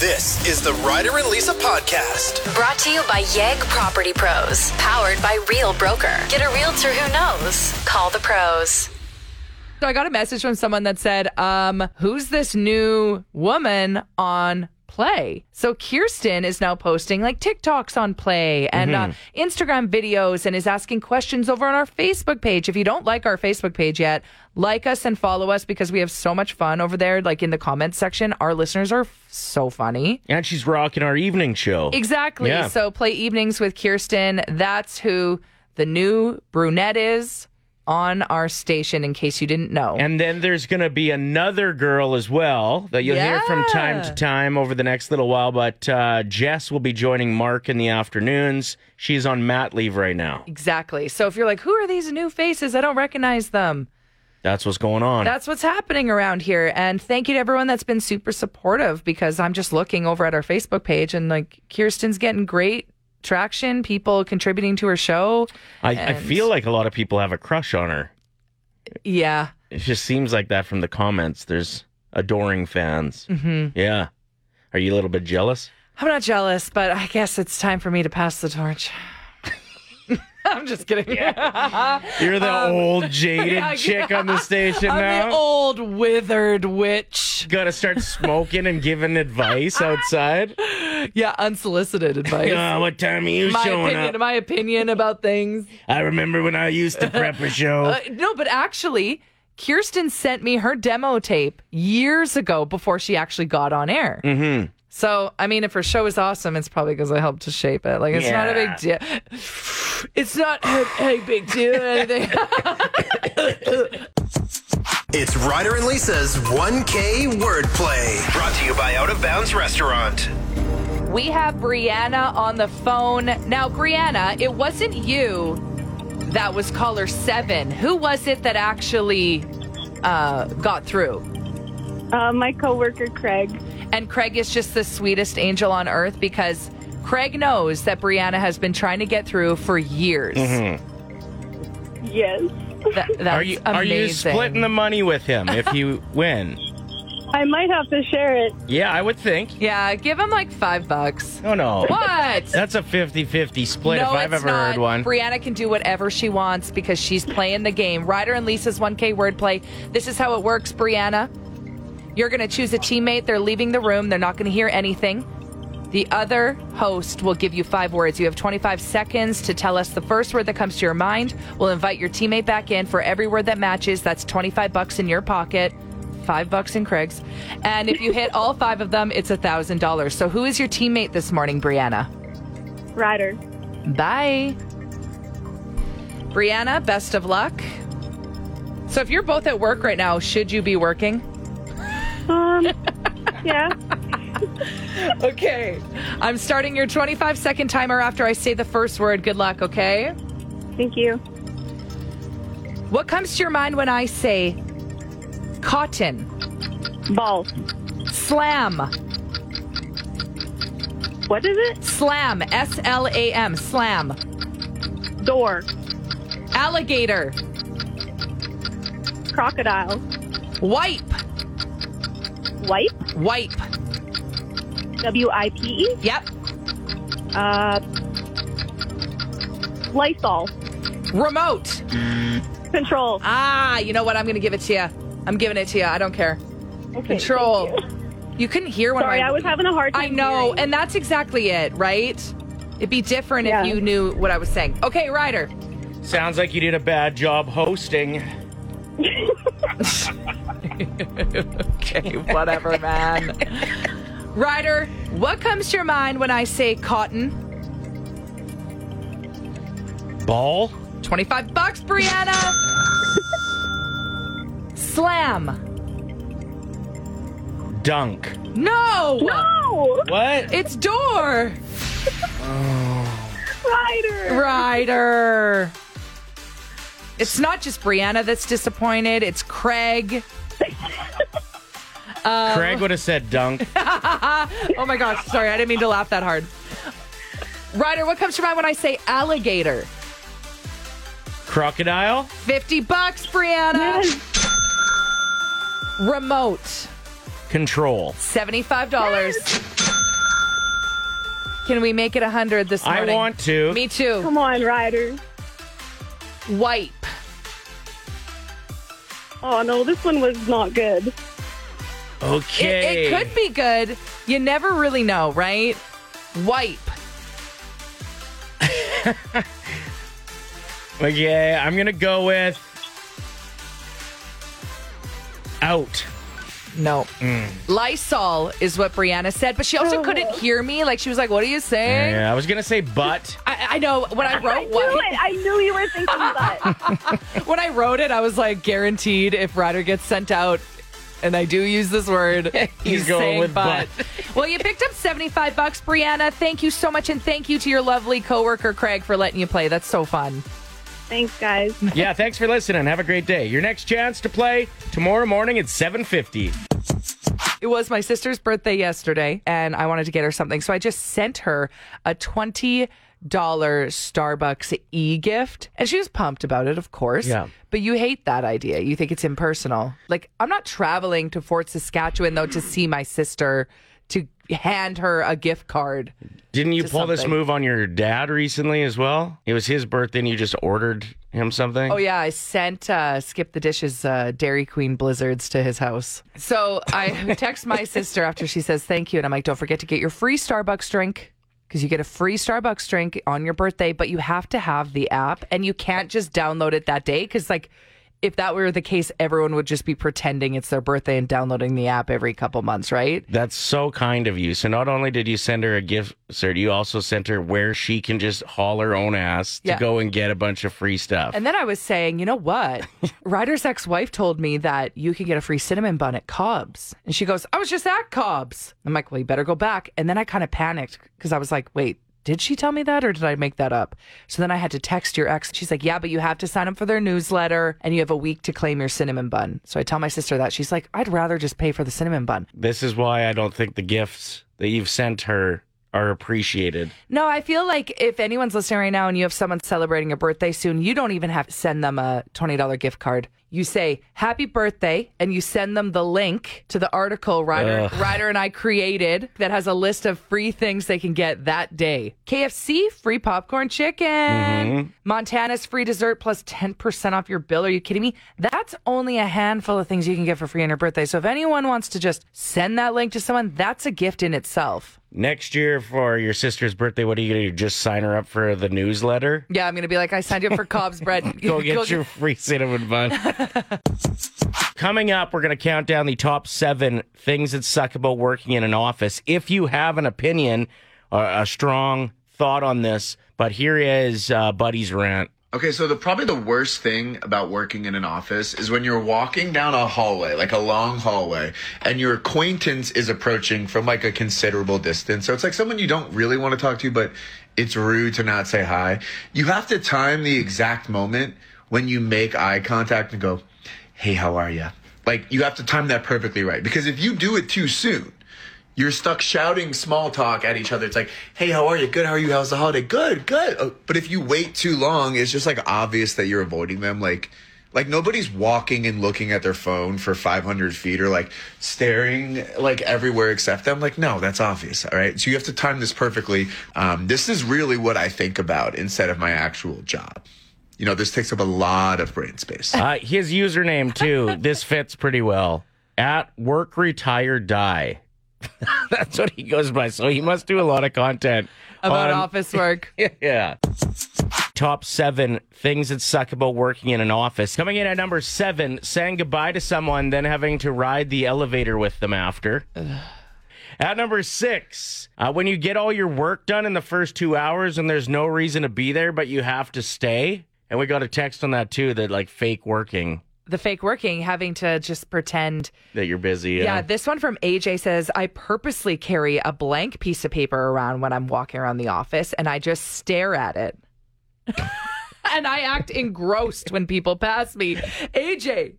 This is the Ryder and Lisa podcast. Brought to you by Yegg Property Pros, powered by Real Broker. Get a realtor who knows. Call the pros. So I got a message from someone that said, um, who's this new woman on Play? So Kirsten is now posting like TikToks on Play and uh, Instagram videos and is asking questions over on our Facebook page. If you don't like our Facebook page yet, like us and follow us because we have so much fun over there. Like in the comments section, our listeners are f- so funny. And she's rocking our evening show. Exactly. Yeah. So play evenings with Kirsten. That's who the new brunette is on our station, in case you didn't know. And then there's going to be another girl as well that you'll hear from time Yeah. to time over the next little while. But uh, Jess will be joining Mark in the afternoons. She's on mat leave right now. exactly. So if you're like, who are these new faces? I don't recognize them. That's what's going on. That's what's happening around here. And thank you to everyone that's been super supportive because I'm just looking over at our Facebook page and like Kirsten's getting great traction, people contributing to her show. I, I and- feel like a lot of people have a crush on her. Yeah. It just seems like that from the comments. There's adoring fans. Mm-hmm. Yeah. Are you a little bit jealous? I'm not jealous, but I guess it's time for me to pass the torch. I'm just kidding. You're the old jaded Um, yeah, chick on the station I'm now. the old withered witch. Gotta start smoking and giving advice outside. Yeah, unsolicited advice. Oh, what time are you my showing opinion, up? my opinion about things. I remember when I used to prep a show. Uh, no, but actually, Kirsten sent me her demo tape years ago before she actually got on air. Mm-hmm. So, I mean, if her show is awesome, it's probably because I helped to shape it. Like, it's not a big deal. It's not a, a big deal or anything. It's Ryder and Lisa's 1K wordplay. Brought to you by Out of Bounds Restaurant. We have Brianna on the phone. Now, Brianna, it wasn't you that was caller seven. Who was it that actually uh, got through? Uh, my coworker Craig. And Craig is just the sweetest angel on earth because Craig knows that Brianna has been trying to get through for years. Yes, That, that's Mm-hmm. Are you amazing. are you splitting the money with him if you win? I might have to share it. Yeah, I would think. Yeah, give him like five bucks. Oh no. What? That's a 50-50 split no, if I've it's ever not. heard one. Brianna can do whatever she wants because she's playing the game. Ryder and Lisa's 1K wordplay. This is how it works, Brianna. You're going to choose a teammate. They're leaving the room. They're not going to hear anything. The other host will give you five words. You have 25 seconds to tell us the first word that comes to your mind. We'll invite your teammate back in for every word that matches. That's 25 bucks in your pocket, five bucks in Craig's. And if you hit all five of them, it's a $1,000. So who is your teammate this morning, Brianna? Ryder. Bye. Brianna, best of luck. So if you're both at work right now, should you be working? Um, yeah. Okay. I'm starting your 25 second timer after I say the first word. Good luck, okay? Thank you. What comes to your mind when I say cotton, Ball. slam, What is it? slam, S L A M, slam, Door. alligator, Crocodile. wipe, Wipe. wipe. W I P E. Yep. Uh, Lysol. Remote. Control. Ah, you know what? I'm going to give it to you. I'm giving it to you. I don't care. Okay, Control. thank you. You couldn't hear when Sorry, I was having a hard time. I know, hearing. and that's exactly it, right? It'd be different Yeah. if you knew what I was saying. Okay, Ryder. Sounds like you did a bad job hosting. Okay, whatever, man. Ryder, what comes to your mind when I say cotton? Ball? 25 bucks, Brianna. Slam. Dunk. No. No, What? It's door. Ryder. Ryder. It's not just Brianna that's disappointed, it's Craig. Uh, Craig would have said dunk. Oh my gosh, sorry, I didn't mean to laugh that hard. Ryder, what comes to mind when I say alligator? Crocodile? 50 bucks, Brianna. Yes. Remote, Control. $75. Can we make it 100 this I morning? want to. Me too. Come on, Ryder. Wipe. Oh no, this one was not good. It, Okay. it could be good. You never really know, right? Wipe. Okay, I'm gonna go with out. No. Mm. Lysol is what Brianna said, but she Oh. also couldn't hear me. Like, she was like, What are you saying? Yeah, I was gonna say butt. I, I know when I I wrote knew what, it. I knew you were thinking that. when I wrote it, I was like, guaranteed if Ryder gets sent out, and I do use this word, He's going saying with butt. well, you picked up 75 bucks, Brianna. Thank you so much, and thank you to your lovely coworker, Craig, for letting you play. That's so fun. Thanks, guys. yeah, thanks for listening. Have a great day. Your next chance to play tomorrow morning at 7:50. It was my sister's birthday yesterday, and I wanted to get her something. So I just sent her a $20 Starbucks e gift, and she was pumped about it, of course. Yeah. But you hate that idea. You think it's impersonal. Like, I'm not traveling to Fort Saskatchewan, though, to see my sister to hand her a gift card. Didn't you To pull this something. move on your dad recently as well? It was his birthday and you just ordered him something? Oh yeah, I sent uh, Skip the Dishes uh, Dairy Queen blizzards to his house. So I text my sister after she says thank you, and I'm like, don't forget to get your free Starbucks drink because you get a free Starbucks drink on your birthday, but you have to have the app, and you can't just download it that day because like. If that were the case, everyone would just be pretending it's their birthday and downloading the app every couple months, right? That's so kind of you. So not only did you send her a gift cert, you also sent her where she can just haul her own ass to Yeah. go and get a bunch of free stuff. And then I was saying, you know what? Ryder's ex wife told me that you can get a free cinnamon bun at Cobb's. And she goes, I was just at Cobb's. I'm like, well, you better go back. And then I kind of panicked because I was like, wait, did she tell me that or did I make that up? So then I had to text your ex. She's like, yeah, but you have to sign up for their newsletter and you have a week to claim your cinnamon bun. So I tell my sister that. She's like, I'd rather just pay for the cinnamon bun. this is why I don't think the gifts that you've sent her are appreciated. No, I feel like if anyone's listening right now and you have someone celebrating a birthday soon, you don't even have to send them a $20 gift card. You say, Happy birthday, and you send them the link to the article Ryder, Ryder and I created that has a list of free things they can get that day KFC, free popcorn chicken. Montana's free dessert plus 10% off your bill. Are you kidding me? That's only a handful of things you can get for free on your birthday. So if anyone wants to just send that link to someone, that's a gift in itself. Next year for your sister's birthday, what are you going to do? Just sign her up for the newsletter? Yeah, I'm gonna be like, I signed you up for Cobb's bread. Go get your free cinnamon bun. Coming up, we're going to count down the top seven things that suck about working in an office. If you have an opinion or a strong thought on this, but here is uh, Buddy's rant. Okay, so the probably the worst thing about working in an office is when you're walking down a hallway, like a long hallway, and your acquaintance is approaching from like a considerable distance. So it's like someone you don't really want to talk to, but it's rude to not say hi. You have to time the exact moment when you make eye contact and go, "Hey, how are you?" Like you have to time that perfectly right because if you do it too soon, you're stuck shouting small talk at each other. It's like, hey, how are you? Good, how are you? How's the holiday? Good, good. Oh, But if you wait too long, it's just like obvious that you're avoiding them. Like, like nobody's walking and looking at their phone for 500 feet or like staring like everywhere except them. Like, no, that's obvious. All right. So you have to time this perfectly. Um, this is really what I think about instead of my actual job. You know, this takes up a lot of brain space. Uh, his username, too, this fits pretty well. At work, retire, die. That's what he goes by. So he must do a lot of content about on- office work. yeah. Top seven things that suck about working in an office. Coming in at number seven, saying goodbye to someone, then having to ride the elevator with them after. At number six, uh, when you get all your work done in the first two hours and there's no reason to be there, but you have to stay. And we got a text on that too that like fake working the fake working, having to just pretend. that you're busy. Yeah. this one from AJ says, I purposely carry a blank piece of paper around when I'm walking around the office and I just stare at it. and I act engrossed when people pass me. AJ,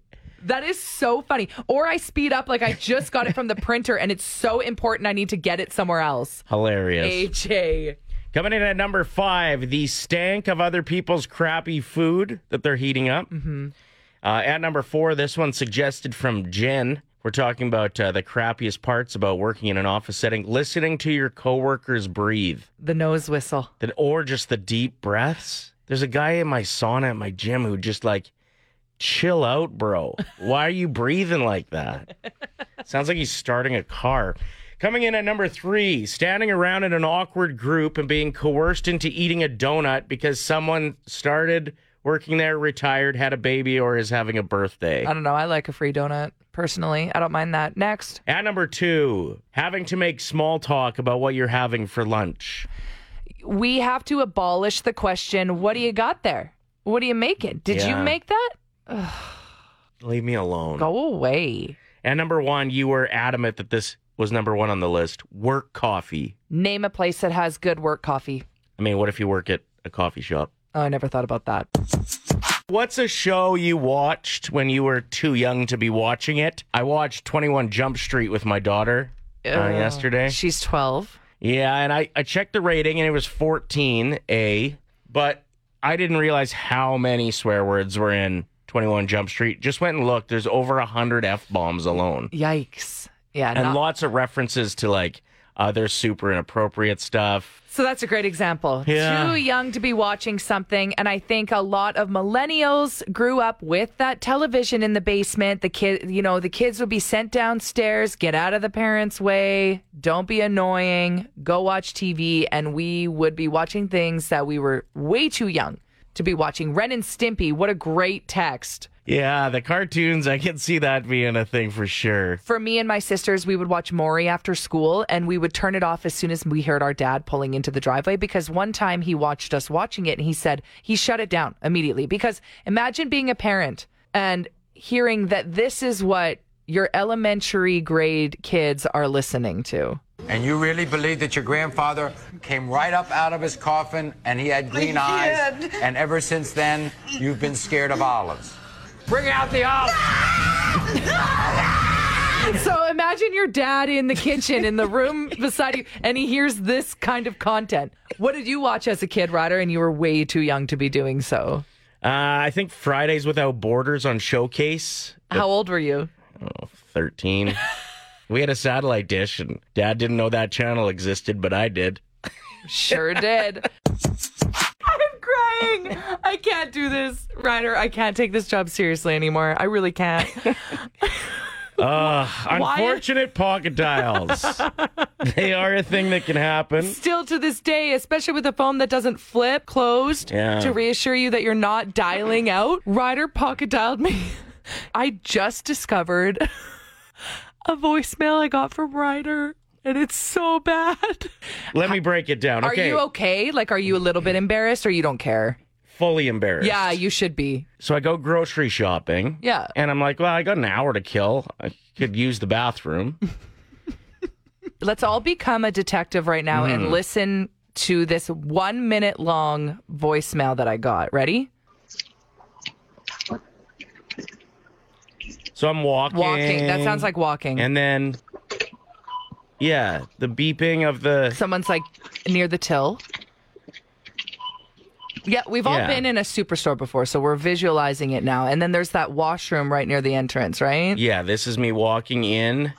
that is so funny. Or I speed up like I just got it from the printer and it's so important I need to get it somewhere else. Hilarious. AJ. Coming in at number five, the stank of other people's crappy food that they're heating up. Uh, at number four, this one suggested from Jen. We're talking about uh, the crappiest parts about working in an office setting, listening to your coworkers breathe, The nose whistle. that, or just the deep breaths. There's a guy in my sauna at my gym who just like, chill out, bro. Why are you breathing like that? Sounds like he's starting a car. Coming in at number three, standing around in an awkward group and being coerced into eating a donut because someone started working there, retired, had a baby, or is having a birthday. I don't know. I like a free donut personally. I don't mind that. Next. At number two, having to make small talk about what you're having for lunch. we have to abolish the question what do you got there what do you make it did Yeah. you make that Leave me alone. go away And number one, you were adamant that this was number one on the list work coffee. name a place that has good work coffee I mean, what if you work at a coffee shop? oh i never thought about that What's a show you watched when you were too young to be watching it? I watched 21 Jump Street with my daughter uh, Ugh. yesterday. she's 12 Yeah, and I, I checked the rating and it was 14A, but I didn't realize how many swear words were in 21 Jump Street. Just went and looked. There's over 100 F bombs alone, yikes yeah and not- lots of references to like other super inappropriate stuff. so that's a great example Yeah. too young to be watching something and i think a lot of millennials grew up with that television in the basement the kid you know the kids would be sent downstairs get out of the parents way don't be annoying go watch tv and we would be watching things that we were way too young to be watching ren and stimpy what a great text Yeah, the cartoons, I can see that being a thing for sure. for me and my sisters, we would watch Maury after school and we would turn it off as soon as we heard our dad pulling into the driveway because one time he watched us watching it and he said he shut it down immediately. Because imagine being a parent and hearing that this is what your elementary grade kids are listening to. And you really believe that your grandfather came right up out of his coffin and he had green eyes? And ever since then, you've been scared of olives. Bring out the olives! So imagine your dad in the kitchen in the room beside you and he hears this kind of content. What did you watch as a kid, Ryder? And you were way too young to be doing so. Uh, I think Fridays Without Borders on Showcase, How old were you? 13. we had a satellite dish, and dad didn't know that channel existed, but I did. Sure did. I'm crying. I can't do this, Ryder. I can't take this job seriously anymore. I really can't. Uh, unfortunate pocket dials. they are a thing that can happen. Still to this day, especially with a phone that doesn't flip closed Yeah. to reassure you that you're not dialing out, Ryder pocket dialed me. I just discovered a voicemail I got from Ryder. And it's so bad. Let me break it down. Are okay. you okay? Like, are you a little bit embarrassed or you don't care? Fully embarrassed. Yeah, you should be. So I go grocery shopping. Yeah. And I'm like, well, I got an hour to kill. I could use the bathroom. Let's all become a detective right now Hmm. and listen to this one minute long voicemail that I got. Ready? So I'm walking. Walking. That sounds like walking. And then, yeah, the beeping of the. Someone's like near the till. Yeah, we've all Yeah. been in a superstore before, so we're visualizing it now. And then there's that washroom right near the entrance, right? Yeah, this is me walking in.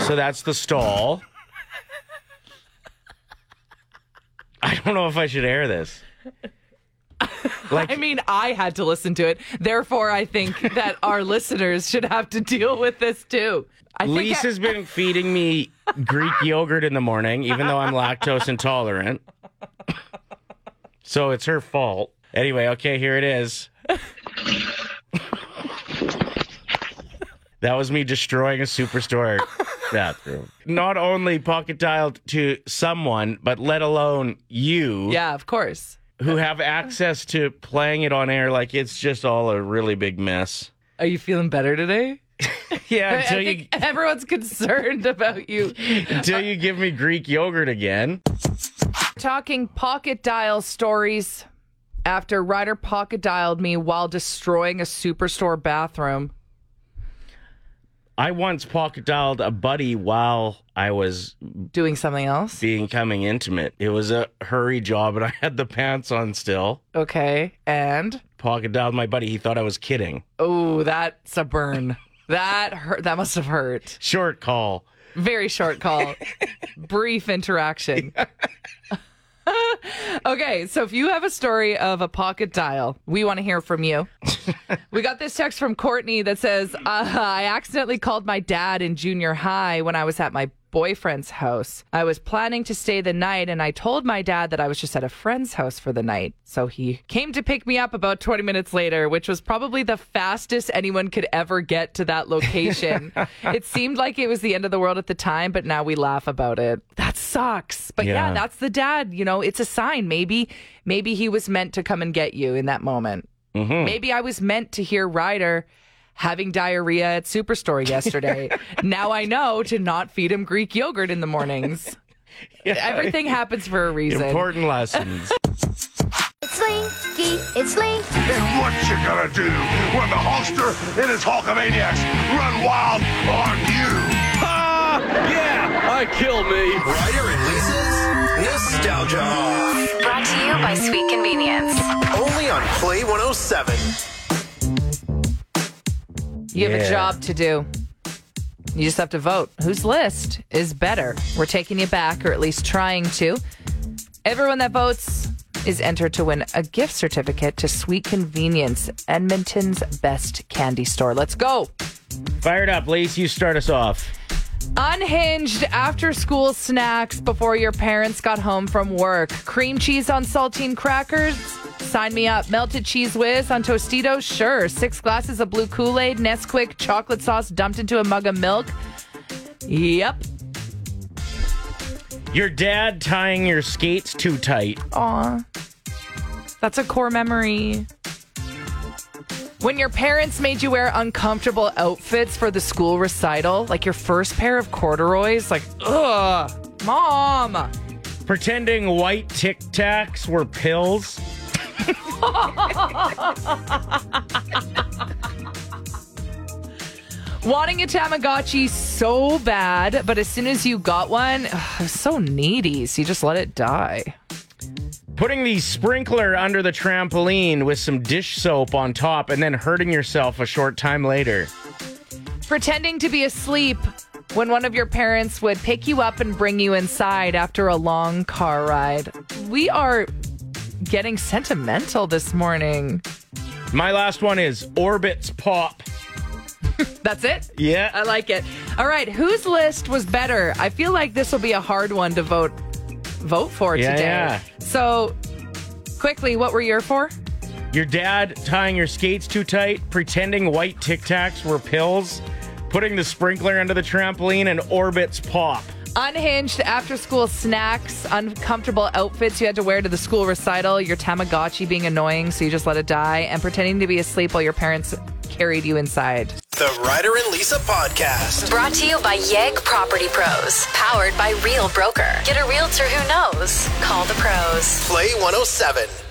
So that's the stall. I don't know if I should air this. Like, I mean, I had to listen to it. Therefore, I think that our listeners should have to deal with this too. I think I- Lisa's been feeding me Greek yogurt in the morning, even though I'm lactose intolerant. so it's her fault. Anyway, okay, here it is. that was me destroying a superstore bathroom. Not only pocket dialed to someone, but let alone you yeah, of course. who have access to playing it on air. Like it's just all a really big mess. Are you feeling better today? Yeah, I until you think everyone's concerned about you. until you give me Greek yogurt again. Talking pocket dial stories after Ryder pocket dialed me while destroying a superstore bathroom. I once pocket dialed a buddy while I was Doing something else? becoming intimate. It was a hurry job, and I had the pants on still. Okay. And pocket dialed my buddy. He thought I was kidding. Oh, that's a burn. That hurt. That must have hurt. Short call. Very short call, brief interaction. okay, so if you have a story of a pocket dial, we want to hear from you. we got this text from Courtney that says, uh, I accidentally called my dad in junior high when I was at my boyfriend's house. I was planning to stay the night and I told my dad that I was just at a friend's house for the night. So he came to pick me up about 20 minutes later, which was probably the fastest anyone could ever get to that location. it seemed like it was the end of the world at the time, but now we laugh about it. That sucks. But yeah, Yeah. that's the dad, you know, it's a sign maybe maybe he was meant to come and get you in that moment. Hmm. Maybe I was meant to hear Ryder having diarrhea at Superstore yesterday. now I know to not feed him Greek yogurt in the mornings. Everything happens for a reason. Important lessons. It's Linky, it's Linky. And what you gonna do when the Hulkster and his Hulkamaniacs run wild on you? Ah, yeah, I kill me. Ryder and Lisa's Nostalgia Off. Brought to you by Sweet Convenience. Only on Play 107. You have Yeah. a job to do. You just have to vote. Whose list is better? We're taking you back, or at least trying to. Everyone that votes is entered to win a gift certificate to Sweet Convenience, Edmonton's best candy store. Let's go. Fired up, Lise. You start us off. Unhinged after school snacks before your parents got home from work. Cream cheese on saltine crackers? Sign me up. Melted cheese whiz on Tostitos? Sure. Six glasses of blue Kool Aid, Nesquik, chocolate sauce dumped into a mug of milk? Yep. Your dad tying your skates too tight. Aw. That's a core memory. When your parents made you wear uncomfortable outfits for the school recital, like your first pair of corduroys, like, ugh, mom. Pretending white Tic Tacs were pills. Wanting a Tamagotchi so bad, but as soon as you got one, ugh, it was so needy, so you just let it die. Putting the sprinkler under the trampoline with some dish soap on top and then hurting yourself a short time later. Pretending to be asleep when one of your parents would pick you up and bring you inside after a long car ride. We are getting sentimental this morning. My last one is Orbits Pop. That's it? Yeah. I like it. All right, whose list was better? I feel like this will be a hard one to vote vote for Yeah, today. yeah. So, quickly, what were your for? Your dad tying your skates too tight, pretending white Tic Tacs were pills, putting the sprinkler under the trampoline, and Orbits Pop. Unhinged after school snacks, uncomfortable outfits you had to wear to the school recital, your Tamagotchi being annoying, so you just let it die, and pretending to be asleep while your parents carried you inside. The Ryder and Lisa Podcast. Brought to you by Yegg Property Pros. Powered by Real Broker. Get a realtor who knows. Call the pros. Play 107.